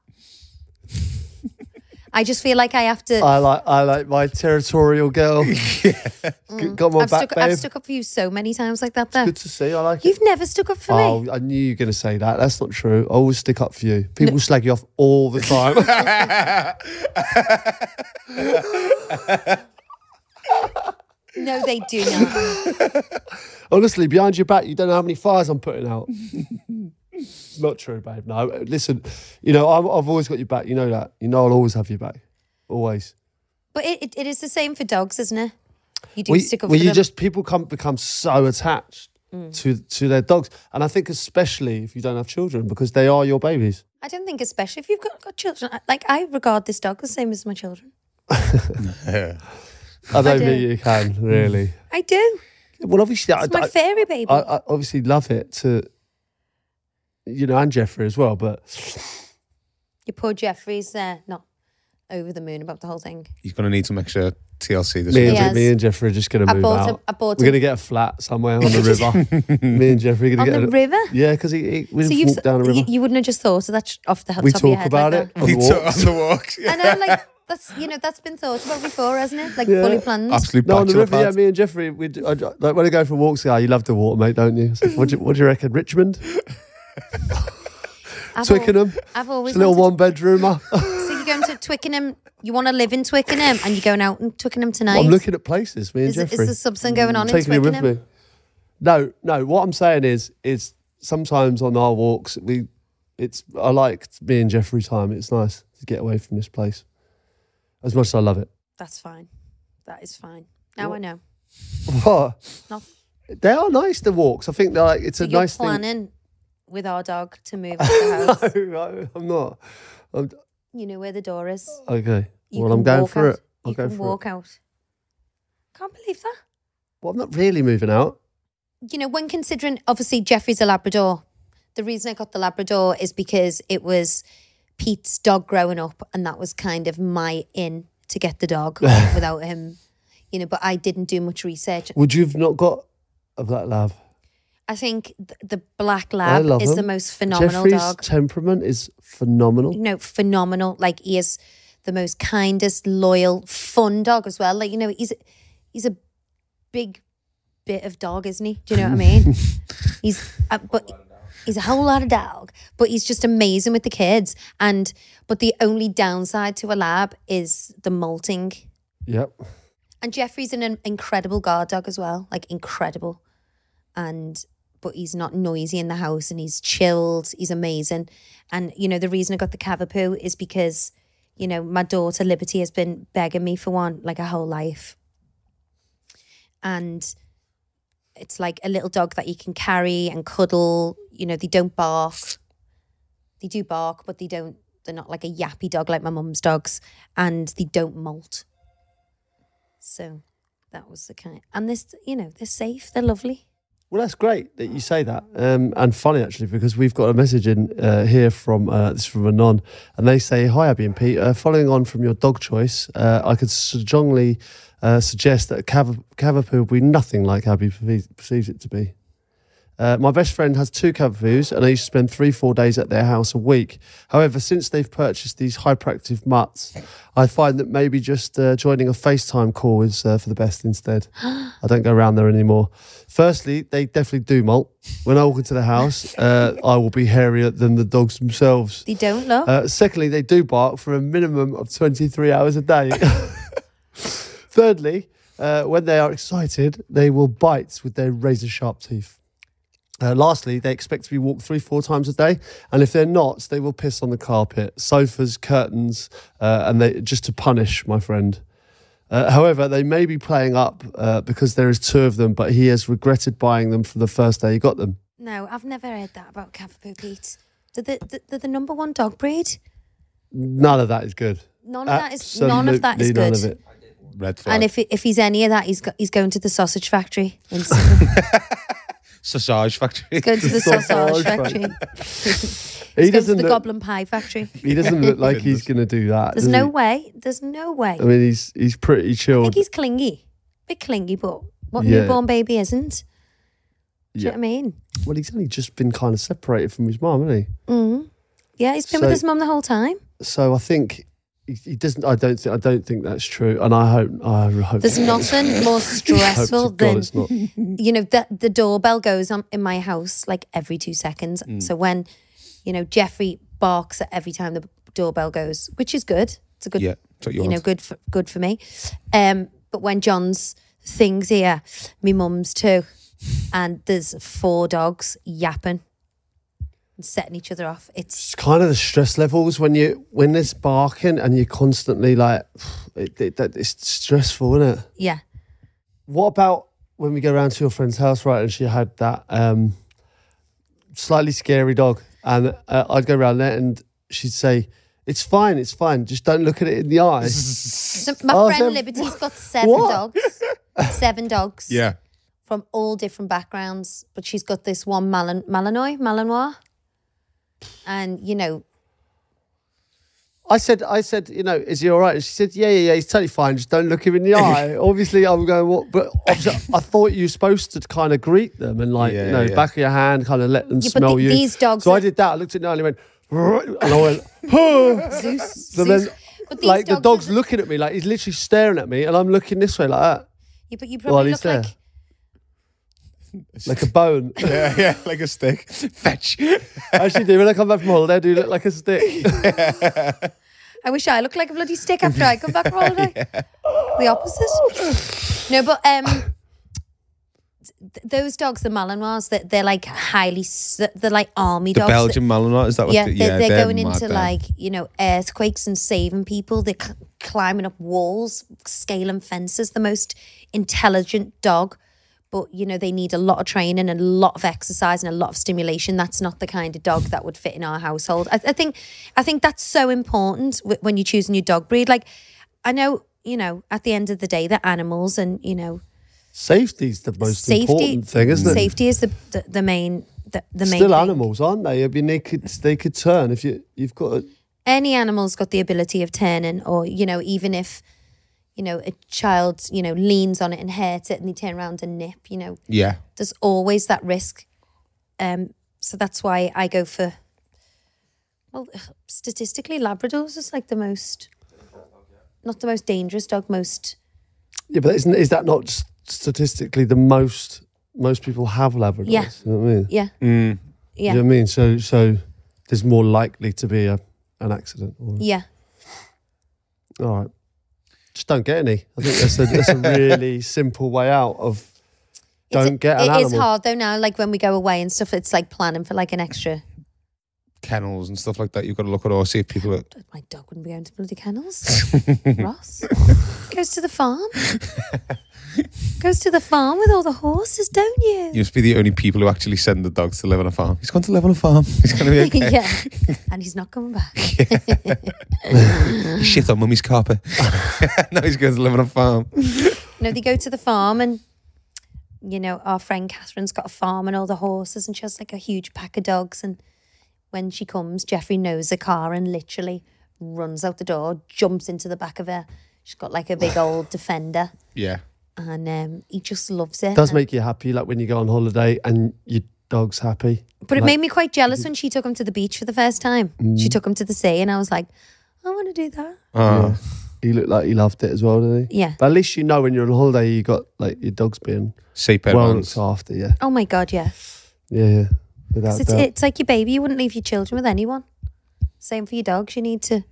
I just feel like I have to. I like I like my territorial girl. Got my I've, back, stuck, babe. I've stuck up for you so many times like that. There, Good to see. I like it. you've never stuck up for me. Oh, I knew you were going to say that. That's not true. I always stick up for you. People slag you off all the time. No, they do not. Honestly, behind your back, you don't know how many fires I'm putting out. It's Not true, babe. No, listen, you know, I've, I've always got your back. You know that. You know, I'll always have your back. Always. But it, it, it is the same for dogs, isn't it? You do Well, you- stick up well, for you them. just, people come become so attached to, to their dogs. And I think, especially if you don't have children, because they are your babies. I don't think, especially if you've got, got children. I- Like I regard this dog the same as my children. I don't think do. you can, really. I do. Well, obviously, I, It's my I, fairy baby. I, I obviously love it to, you know, and Jeffrey as well, but Your poor Jeffrey's there, not over the moon about the whole thing. He's going to need some extra TLC this Me and, Yeah. week. Yes. me and Jeffrey are just going I to move bought a- out. I bought We're going a- to get a flat somewhere on the river. me and Jeffrey are On going to get the a, river? Yeah, because he, he, we so walked you've down a river. You, you wouldn't have just thought of that sh- off the h- we top of your talk head about like it that. on He the took walks. on the walk. Yeah. I know, like that's you know that's been thought about before, hasn't it? Like fully planned. Absolute No, on the bachelor river. Yeah, pad. me and Jeffrey. We d- I- I- like when I go for walks. Yeah, you love the water, mate, don't you? It's like, what, do you what do you reckon, Richmond, I've al- Twickenham? I've always It's a little wanted- one bedroomer. So you're going to Twickenham. You want to live in Twickenham, and you're going out in Twickenham tonight. I'm looking at places. Me and is, it- is Jeffrey. there something going on in taking it Twickenham? with me. No, no. What I'm saying is, is sometimes on our walks we It's I liked me and Jeffrey time. It's nice to get away from this place. As much as I love it. That's fine. That is fine. Now I know. But No. they are nice the walks. I think they're like it's So a you're nice thing. planning with our dog to move out the house. no, I- I'm not. I'm, You know where the door is. okay. You well, can I'm going walk for out. it. I'll you go can for walk it. out. Can't believe that. Well, I'm not really moving out. you know, when considering, obviously, Jeffrey's a Labrador. The reason I got the Labrador is because it was Pete's dog growing up, and that was kind of my in to get the dog without him, you know. But I didn't do much research. Would you have not got a black lab? I think th- the Black I Lab love is the him. most phenomenal Jeffrey's dog. temperament is phenomenal. you know, phenomenal. Like he is the most kindest, loyal, fun dog as well. Like you know, he's he's a big bit of dog, isn't he? Do you know what I mean? he's uh, but he's a whole lot of dog, but he's just amazing with the kids. And but the only downside to a lab is the molting. Yep. And Jeffrey's an, an incredible guard dog as well, like incredible. And but he's not noisy in the house, and he's chilled. He's amazing. And you know the reason I got the Cavapoo is because you know my daughter Liberty has been begging me for one like her whole life, and it's like a little dog that you can carry and cuddle. You know they don't bark. They do bark, but they don't. They're not like a yappy dog like my mum's dogs, and they don't molt. So that was the kind. And this, you know, they're safe. They're lovely. Well, that's great that you say that, um, and funny actually because we've got a message in uh, here from uh, this is from anon, and they say, "Hi, Abby and Pete. Uh, following on from your dog choice, uh, I could strongly uh, suggest that Cav- Cavapoo will be nothing like Abby perce- perceives it to be. Uh, my best friend has two Cavapoos, and I used to spend three, four days at their house a week. However, since they've purchased these hyperactive mutts, I find that maybe just uh, joining a FaceTime call is uh, for the best instead. I don't go around there anymore. Firstly, they definitely do molt. When I walk into the house, uh, I will be hairier than the dogs themselves. They don't look. Uh, secondly, they do bark for a minimum of 23 hours a day. Thirdly, uh, when they are excited, they will bite with their razor sharp teeth. Uh, lastly, they expect to be walked three, four times a day, and if they're not, they will piss on the carpet, sofas, curtains, uh, and they just to punish my friend. Uh, however, they may be playing up uh, because there is two of them, but he has regretted buying them from the first day he got them. no, I've never heard that about Cavapoo Pete. They're the, they're- they're the number one dog breed. None of that is good. None of that is- none of that is Absolutely none good. of it. Red flag. And if he- if he's any of that, he's go, he's going to the sausage factory. In Sydney. Sausage factory. going to the Sausage sausage factory. factory. he's He going to doesn't the look, goblin pie factory. He doesn't look like he's going to do that. There's does he? no Oh, way. There's no way. I mean, he's he's pretty I chilled. think he's clingy. Bit clingy, but what Yeah. newborn baby isn't? Do you yeah. know what I mean? Well, he's only just been kind of separated from his mum, hasn't Yeah, he's So- been with his mum the whole time. he? So I think he, he doesn't. I don't. Think, I don't think that's true. And I hope. I hope. There's nothing more hope stressful to God than it's not. you know the the doorbell goes on in my house like every two seconds. Mm. So when you know Jeffrey barks at every time the doorbell goes, which is good. It's a good, Yeah, it's what you you know, want. good for, good for me. Um, but when John's things here, me mum's too, and there's four dogs yapping and setting each other off. It's It's kind of the stress levels when you when there's barking and you're constantly like, it, it, that, it's stressful, isn't it? yeah, What about when we go round to your friend's house, right? And she had that um, slightly scary dog, and uh, I'd go round there, and she'd say, "It's fine, it's fine. Just don't look at it in the eye." so my Oh, friend so- Liberty's got seven What? dogs, seven dogs. Yeah. from all different backgrounds, but she's got this one Malin- Malinois, Malinois. And, you know, I said, "I said, you know, is he all right?" And she said, "Yeah, yeah, yeah. He's totally fine. Just don't look him in the eye." Obviously, I'm going, "What?" But obviously, I thought you were supposed to kind of greet them and, like, Yeah, you know, yeah. back of your hand, kind of let them Yeah, but smell the- you. these dogs So are- I did that. I looked at Niall and went, "Rrr," and I went, "Huh." Zeus. So Zeus. then, but these like the dog's are- looking at me, like he's literally staring at me, and I'm looking this way like that, Yeah, but you while probably he's look like, there. like a bone. yeah, yeah, like a stick. Fetch. Actually, do when I come back from holiday, I do look like a stick. I wish I looked like a bloody stick after I come back from holiday. The opposite. No, but um, th- those dogs, the Malinois, that they're like highly, s- they're like army The dogs. that- Belgian Malinois, is that what yeah, the- they're, yeah, they're, they're going mad, into them. like you know earthquakes and saving people. They're cl- climbing up walls, scaling fences. The most intelligent dog, but you know they need a lot of training and a lot of exercise and a lot of stimulation. That's not the kind of dog that would fit in our household. I, I think, I think that's so important w- when you're choosing your dog breed. Like, I know you know at the end of the day they're animals, and you know Safety's the most important thing, isn't it? Safety is the the, the main the, the main Still thing. animals, aren't they? I mean, they could they could turn if you you've got. A, any animal's got the ability of turning or you know even if you know a child you know leans on it and hurts it and they turn around and nip you know Yeah. there's always that risk um so that's why i go for well statistically labradors is like the most not the most dangerous dog most yeah, but isn't is that not s- statistically the most most people have Labradors? Yeah. You know what I mean? yeah Mm. yeah You know what I mean? So so there's more likely to be a an accident. Or, yeah All right. Just don't get any. I think that's a, that's a really simple way out of It's- don't get an it animal. is hard though now like when we go away and stuff it's like planning for like an extra Kennels and stuff like that. You've got to look at all, see if people are. my dog wouldn't be going to bloody kennels. Ross goes to the farm. goes to the farm with all the horses, don't you? You must be the only people who actually send the dogs to live on a farm. He's going to live on a farm. He's going to be okay. yeah, and he's not coming back. Shit on mummy's carpet. no, he's going to live on a farm. No, they go to the farm, and you know our friend Catherine's got a farm and all the horses, and she has like a huge pack of dogs. And when she comes, Jeffrey knows a car and literally runs out the door, jumps into the back of her. She's got like a big old defender, Yeah. and um, he just loves it. does And- make you happy, like when you go on holiday and your dog's happy. But it Like- Mm. made me quite jealous when she took him to the beach for the first time. She took him to the sea, and I was like, I want to do that. Oh, He looked like he loved it as well, didn't he? Yeah. But at least you know when you're on holiday, you got like your dog's being say pet well ones. looked after. Yeah, Oh my God, yeah. yeah, yeah. Without 'Cause It's, doubt. it's like your baby. You wouldn't leave your children with anyone. Same for your dogs. You need to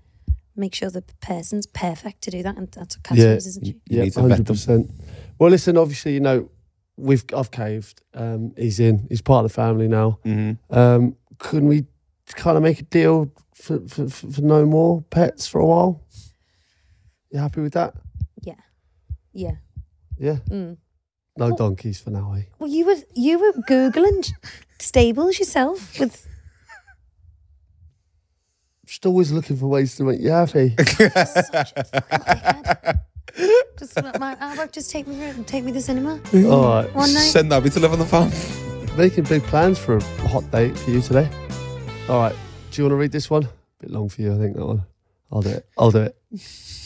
make sure the person's perfect to do that. And that's what Kat Yeah. is, isn't she? You yeah, need to vet hundred them. percent. Well, listen, obviously, you know, we've I've caved. Um, he's in. He's part of the family now. Mm-hmm. Um, can we kind of make a deal for, for, for, for no more pets for a while? You happy with that? Yeah. Yeah. Yeah. No donkeys for now. Eh? Well, you were you were googling stables yourself with Just always looking for ways to make you happy. such a fucking dickhead. Just my, how about just take me for- take me to the cinema All right. Oh, one night. Send Abby to live on the farm. Making big plans for a hot date for you today. All right. Do you want to read this one? bit long for you, I think, that one. I'll do it. I'll do it.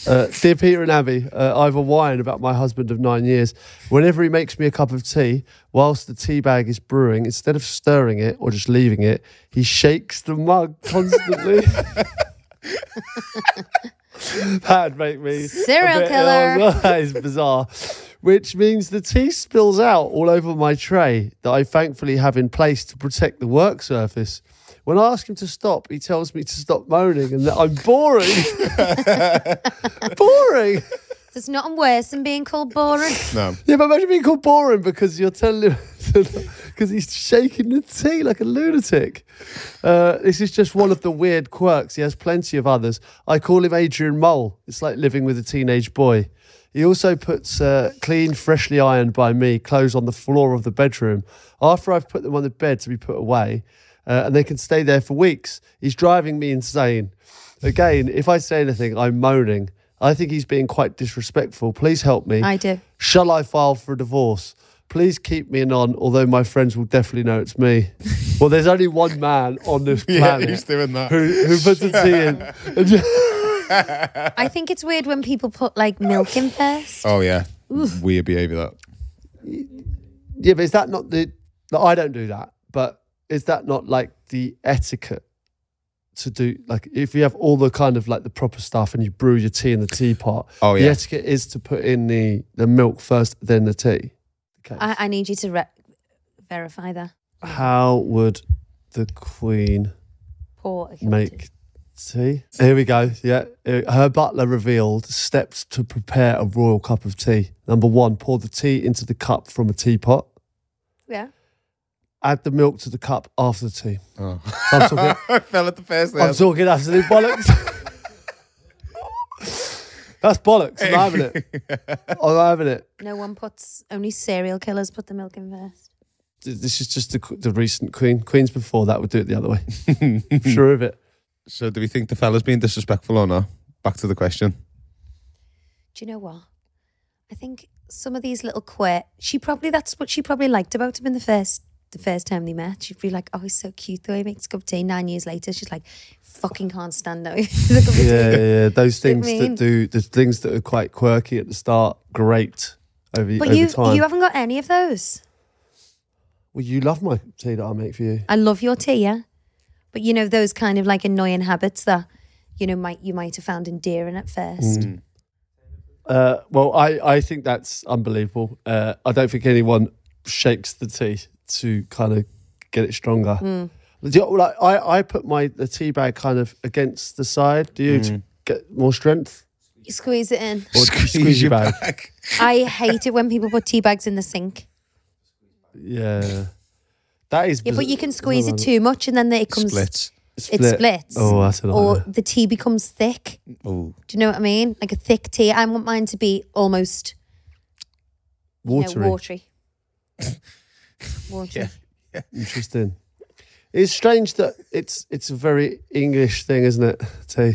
Uh, Dear Peter and Abby, uh, I have a whine about my husband of nine years. Whenever he makes me a cup of tea, whilst the tea bag is brewing, instead of stirring it or just leaving it, he shakes the mug constantly. That'd make me a Serial bit oh, killer. ill. that is bizarre. Which means the tea spills out all over my tray that I thankfully have in place to protect the work surface. When I ask him to stop, he tells me to stop moaning and that I'm boring. boring. There's nothing worse than being called boring. No. Yeah, but imagine being called boring because you're telling him because he's shaking the tea like a lunatic. Uh, this is just one of the weird quirks. He has plenty of others. I call him Adrian Mole. It's like living with a teenage boy. He also puts uh, clean, freshly ironed by me clothes on the floor of the bedroom after I've put them on the bed to be put away, uh, and they can stay there for weeks. He's driving me insane. Again, if I say anything, I'm moaning. I think he's being quite disrespectful. Please help me. I do. Shall I file for a divorce? Please keep me anon, although my friends will definitely know it's me. well, there's only one man on this planet who's doing that? who, who puts a tea in. And ju- I think it's weird when people put like milk in first. Oh, yeah. Weird behavior, that. yeah, but is that not the? Like, I don't do that, but is that not like the etiquette to do? Like, if you have all the kind of like the proper stuff and you brew your tea in the teapot, Oh, the yeah. etiquette is to put in the the milk first, then the tea. Okay. I, I need you to re- verify that. How would the Queen? Poor accountant. make tea. Here we go. Yeah. Uh, Her butler revealed steps to prepare a royal cup of tea. Number one, pour the tea into the cup from a teapot. Yeah. Add the milk to the cup after the tea. So I'm talking, I fell at the first I'm layer. talking absolute bollocks. That's bollocks. I'm having it. I'm having it. No one puts, only serial killers put the milk in first. Th- This is just the, qu- the recent Queen. Queens before that would do it the other way. I'm sure of it. so, do we think the fella's being disrespectful or not? Back to the question. Do you know what? I think some of these little quirk, she probably, that's what she probably liked about him in the first. The first time they met, she'd be like, "Oh, he's so cute the way he makes a cup of tea." Nine years later, she's like, "Fucking can't stand that." the cup of tea." Yeah, yeah, yeah. Those I things mean- that do, the things that are quite quirky at the start, great over, But over you, time. you haven't got any of those. well, you love my tea that I make for you. I love your tea, yeah. But you know those kind of like annoying habits that you know might you might have found endearing at first. Uh, well, I, I think that's unbelievable. Uh, I don't think anyone shakes the tea to kind of get it stronger. Hmm. Do you- like, I, I put my the tea bag kind of against the side. Do you to get more strength? You squeeze it in. Or squeeze, your bag? back. I hate it when people put tea bags in the sink. Yeah. That is. Yeah, but bizar- you can squeeze it too much and then it comes Splits. it splits. Oh, that's a or nightmare. the tea becomes thick. Oh, Do you know what I mean? Like a thick tea. I want mine to be almost you know, watery. watery. watery. Interesting. It's strange that it's it's a very English thing, isn't it? Tea.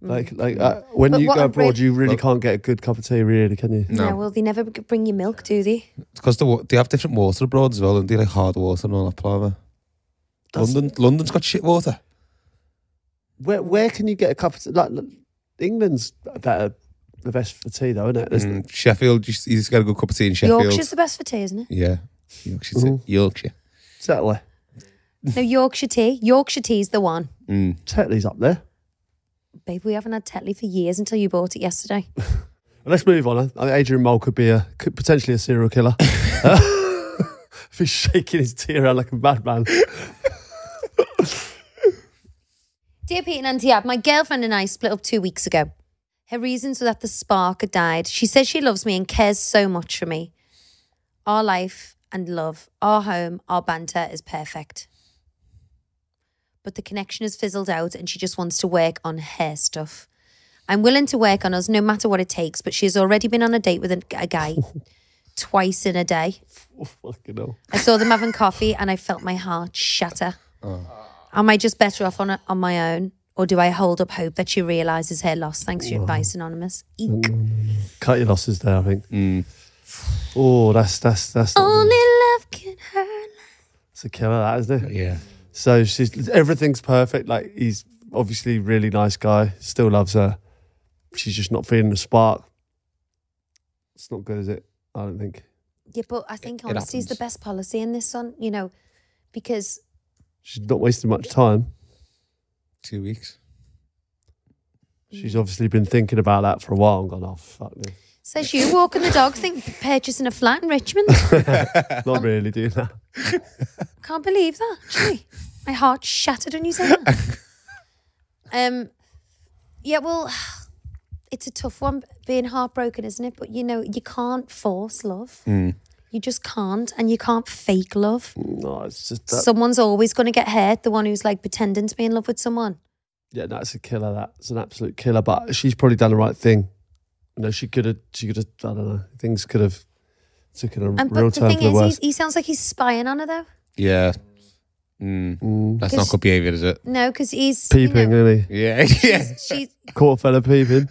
Like like uh, when Hmm. But you what go I've read- abroad, you really can't get a good cup of tea, really, can you? No. well, they never b- bring you milk, do they? because the, wa- they have different water abroad as well, and they like hard water and all that palaver. London, London's got shit water. Where where can you get a cup of tea? Like, like, England's better, the best for tea though, isn't it? There's- Mm, Sheffield, you just, you just get a good cup of tea in Sheffield. Yorkshire's the best for tea, isn't it? yeah, Yorkshire's it. Mhm. Yorkshire. Tetley, No, Yorkshire tea. Yorkshire tea's the one. Mm. Tetley's up there. Babe, we haven't had Tetley for years until you bought it yesterday. Let's move on. I think Adrian Mole could be a could potentially a serial killer. if he's shaking his tea around like a madman. Dear Pete and Auntie Ab, my girlfriend and I split up two weeks ago. Her reasons were that the spark had died. She says she loves me and cares so much for me. Our life and love, our home, our banter is perfect. But the connection has fizzled out and she just wants to work on her stuff. I'm willing to work on us no matter what it takes, but she has already been on a date with a, a guy twice in a day. Oh, fucking hell. I saw them having coffee and I felt my heart shatter. Oh. Am I just better off on, on my own? Or do I hold up hope that she realizes her loss? Thanks for your advice, Anonymous. Eek. Cut your losses there, I think. Oh, that's that's that's not Only love can hurt. It's a killer, that isn't it? Yeah. So she's everything's perfect. Like he's obviously a really nice guy, still loves her. She's just not feeling the spark. It's not good, is it? I don't think. Yeah, but I think it honesty is the happens. best policy in this one, you know, because She's not wasting much time. Two weeks. She's obviously been thinking about that for a while and gone, oh fuck this. says you walking the dog, think purchasing a flat in Richmond. Not really doing that. Can't believe that. Actually, my heart shattered when you said that. um, yeah. Well, it's a tough one being heartbroken, isn't it? But you know, you can't force love. Hmm. You just can't, and you can't fake love. No, it's just that. Someone's always going to get hurt. The one who's like pretending to be in love with someone. Mm, yeah, that's a killer. That's an absolute killer. But she's probably done the right thing. You know, she could have. She could have. I don't know. Things could have taken a And real Um, but the turn thing for the is, worse. he's, he sounds like he's spying on her though. Yeah. Mm. That's not Because- good behaviour, is it? No, because he's You Peeping, know, isn't he? Yeah, yeah. she's Caught a fella peeping.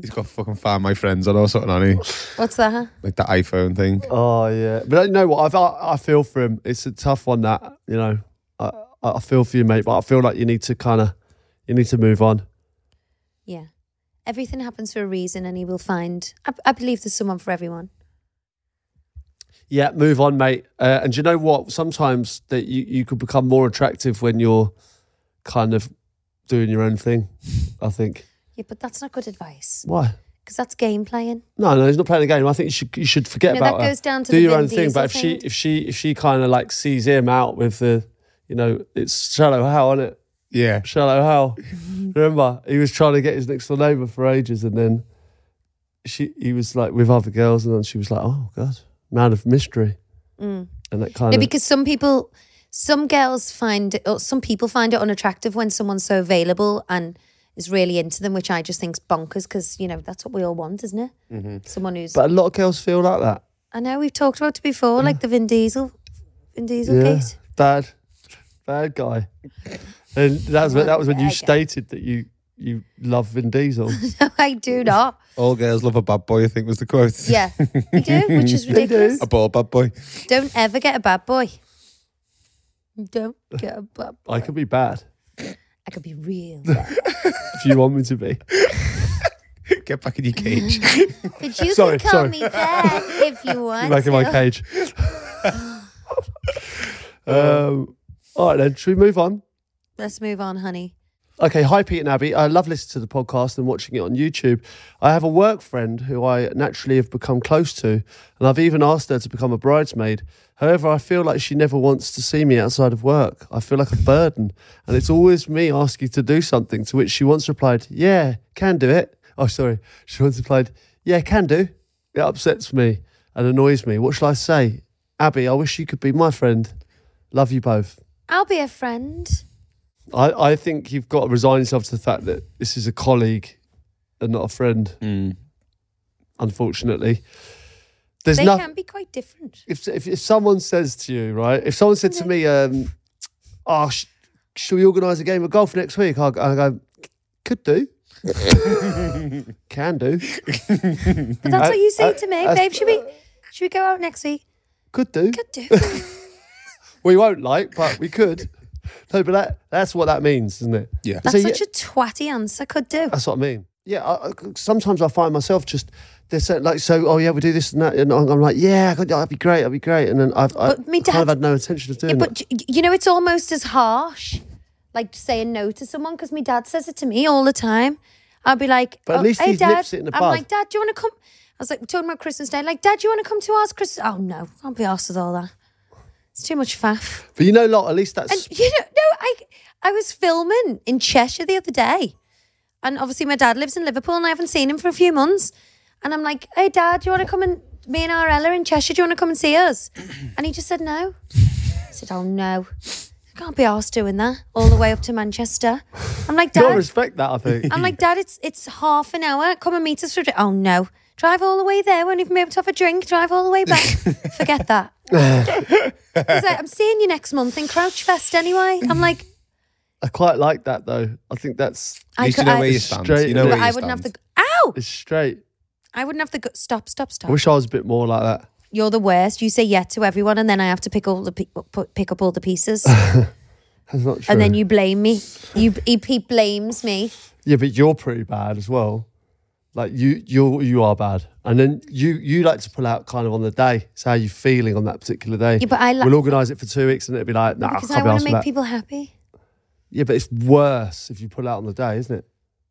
He's got fucking find my friends on or something, hasn't he? what's that? huh? Like that iPhone thing. Oh yeah, but you know what? I I feel for him. It's a tough one. That you know, I I feel for you, mate. But I feel like you need to kind of you need to move on. Yeah. Everything happens for a reason, and he will find. I, I believe there's someone for everyone. Yeah, move on, mate. Uh, and you know what? Sometimes that you you could become more attractive when you're kind of doing your own thing. I think. Yeah, but that's not good advice Why? because that's game playing. No, no, he's not playing the game. I think you should you should forget No, about that her. goes down to do the your Vin own thing. Diesel But if she thing. if she if she kind of like sees him out with the, you know, it's shallow how on it. Yeah. Shallow Hal. Remember, he was trying to get his next door neighbour for ages, and then she he was like with other girls, and then she was like, "Oh God, man of mystery, and that kind Mm. No, of because some people, some girls find, or some people find it unattractive when someone's so available and is really into them, which I just think's bonkers because you know that's what we all want, isn't it? Someone who's. Mm-hmm. But a lot of girls feel like that. I know we've talked about it before, like the Vin Diesel, Vin Diesel Yeah, case. bad, bad guy. And that was when- that was when you Bad guy. stated that you you love Vin Diesel. No, I do not. All girls love a bad boy, I think was the quote. Yeah, I do, which is ridiculous. A bald bad boy. Don't ever get a bad boy. Don't get a bad boy. I can be bad I could be real. bad. if you want me to be. Get back in your cage. But you Sorry, can call sorry. me that if you want. Back in my to. cage. um, all right, then should we move on? Let's move on, honey. Okay, hi Pete and Abby. I love listening to the podcast and watching it on YouTube. I have a work friend who I naturally have become close to, and I've even asked her to become a bridesmaid. However, I feel like she never wants to see me outside of work. I feel like a burden, and it's always me asking to do something. To which she once replied, "Yeah, can do it." Oh, sorry, she once replied, "Yeah, can do." It upsets me and annoys me. What shall I say, Abby? I wish you could be my friend. Love you both. I'll be a friend. I, I think you've got to resign yourself to the fact that this is a colleague and not a friend. Unfortunately, there's they nothing. can be quite different. If, if if someone says to you, right, if someone said to me, um, "Oh, sh- shall we organise a game of golf next week?" I, I go, "Could do, can do, But that's I- what you say I- to me, I- babe. Should we should we go out next week? could do." Could do. We won't like, but we could. No, but that that's what that means, isn't it? Yeah. That's So, yeah- such a twatty answer. Could do. That's what I mean. Yeah, I, I- sometimes I find myself just they're saying like, so oh yeah, we do this and that, and I'm I'm like, yeah, I could- that'd be great, that'd be great, and then I've I But me kind of dad- had no intention of Yeah, doing but it. y- you know, it's almost as harsh, like saying no to someone, because my dad says it to me all the time. I'll be like, But at "Oh, least hey, he dad. nips it in the I'm bud. like, Dad, do you want to come? I was like, we're talking about Christmas Day. Like, Dad, do you want to come to ours Christmas? Oh no, can't be arsed with all that. It's too much faff. But you know, lot at least that's And you know, no, I I was filming in Cheshire the other day, and obviously my dad lives in Liverpool, and I haven't seen him for a few months. And I'm like, "Hey, Dad, do you want to come and me and our Ella in Cheshire? Do you want to come and see us?" And he just said no. I said, "Oh no, I can't be asked doing that all the way up to Manchester." I'm like, got to "Dad, Um respect that. I think. I'm like, Dad, it's it's half an hour. Come and meet us for a drink." Oh no, drive all the way there. Won't even be able to have a drink. Drive all the way back. Forget that. He's like, I'm seeing you next month in Crouchfest anyway. I'm like, I quite like that though. I think that's I least could, you know I, where you stand. stand. straight- You know but but where you I wouldn't have the. stand. gu- Ow! it's straight. I wouldn't have the. gu- Stop! Stop! Stop! I wish I was a bit more like that. You're the worst. You say yeah to everyone, and then I have to pick all the pe- put- pick up all the pieces, That's not true. and then you blame me. You he, he blames me. yeah, but you're pretty bad as well. Like you, you, you are bad, and then you, you like to pull out kind of on the day. It's how you feeling on that particular day. Yeah, but I li- we'll organise it for two weeks, and it'll be like, nah, because I I can't be want asked to for that. make people happy. Yeah, but it's worse if you pull out on the day, isn't it?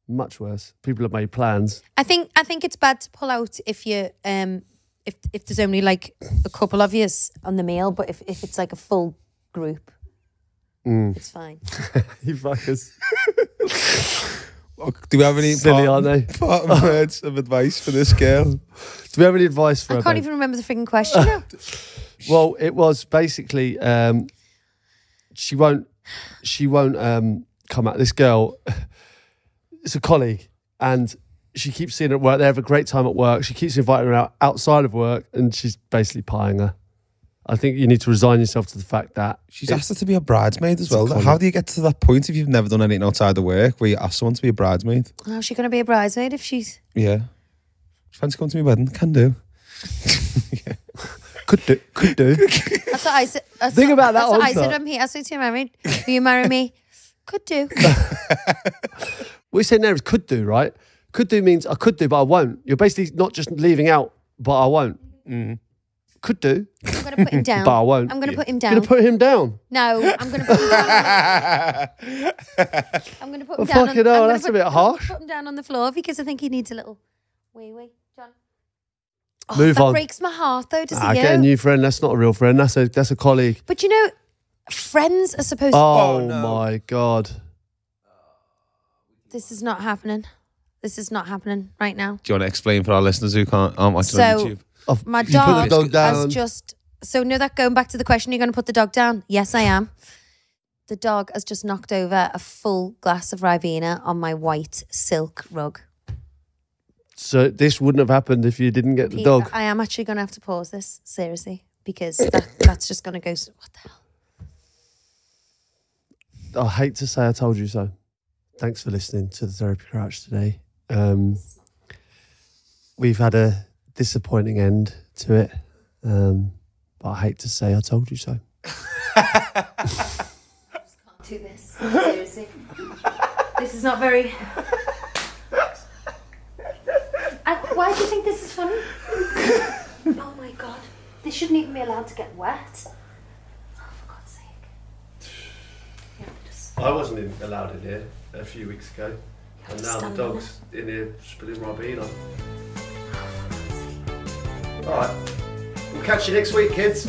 Much worse. People have made plans. I think I think it's bad to pull out if you um if if there's only like a couple of yous on the meal, but if, if it's like a full group, it's fine. you fuckers. Do we have any Silly, part, aren't they? part of words of advice for this girl? Do we have any advice for I her? can't babe? even remember the freaking question. now. Well, it was basically um, she won't she won't um, come at this girl. It's a colleague, and she keeps seeing her at work. They have a great time at work. She keeps inviting her out outside of work, and she's basically pieing her. I think you need to resign yourself to the fact that She's asked her to be a bridesmaid as well. colour. How do you get to that point if you've never done anything outside of work where you ask someone to be a bridesmaid? How's she gonna be a bridesmaid if she's Yeah. Fancy coming to my wedding? Can do. could do could do. That's what I said. that's Think what- about that That's what I answer. said when he asked me to marry. Will you marry me? Could do. What you're saying there is could do, right? Could do means I could do, but I won't. You're basically not just leaving out, but I won't. Could do, I'm gonna put him down. but I won't. I'm gonna put him You're down. gonna put him down. no, I'm gonna put him down. I'm gonna put Well, him down. on- fucking hell, I'm gonna that's a put- bit I'm gonna harsh. Put him down on the floor because I think he needs a little wee wee. John. Oh, Move that on. breaks my heart though, doesn't Ah, it? get a new friend. That's not a real friend. That's a that's a colleague. But you know, friends are supposed. Oh, no. my god. This is not happening. This is not happening right now. Do you want to explain for our listeners who can't aren't watching on So- YouTube? I've, My you put the dog, dog down. has just. So, no, that going back to the question, you're going to put the dog down? Yes, I am. The dog has just knocked over a full glass of Ribena on my white silk rug. so this wouldn't have happened if you didn't get the Pete, dog. I am actually going to have to pause this, seriously, because that, that's just going to go. s- What the hell? I hate to say I told you so. Thanks for listening to the Therapy Crouch today. Um, we've had a disappointing end to it, um, but I hate to say I told you so. Do this, seriously. this is not very. I, why do you think this is funny? oh my god. This shouldn't even be allowed to get wet. Oh, for God's sake. Yeah, just. I wasn't in, allowed in here a few weeks ago, and now the dog's in here spilling Ribena. All right, we'll catch you next week, kids.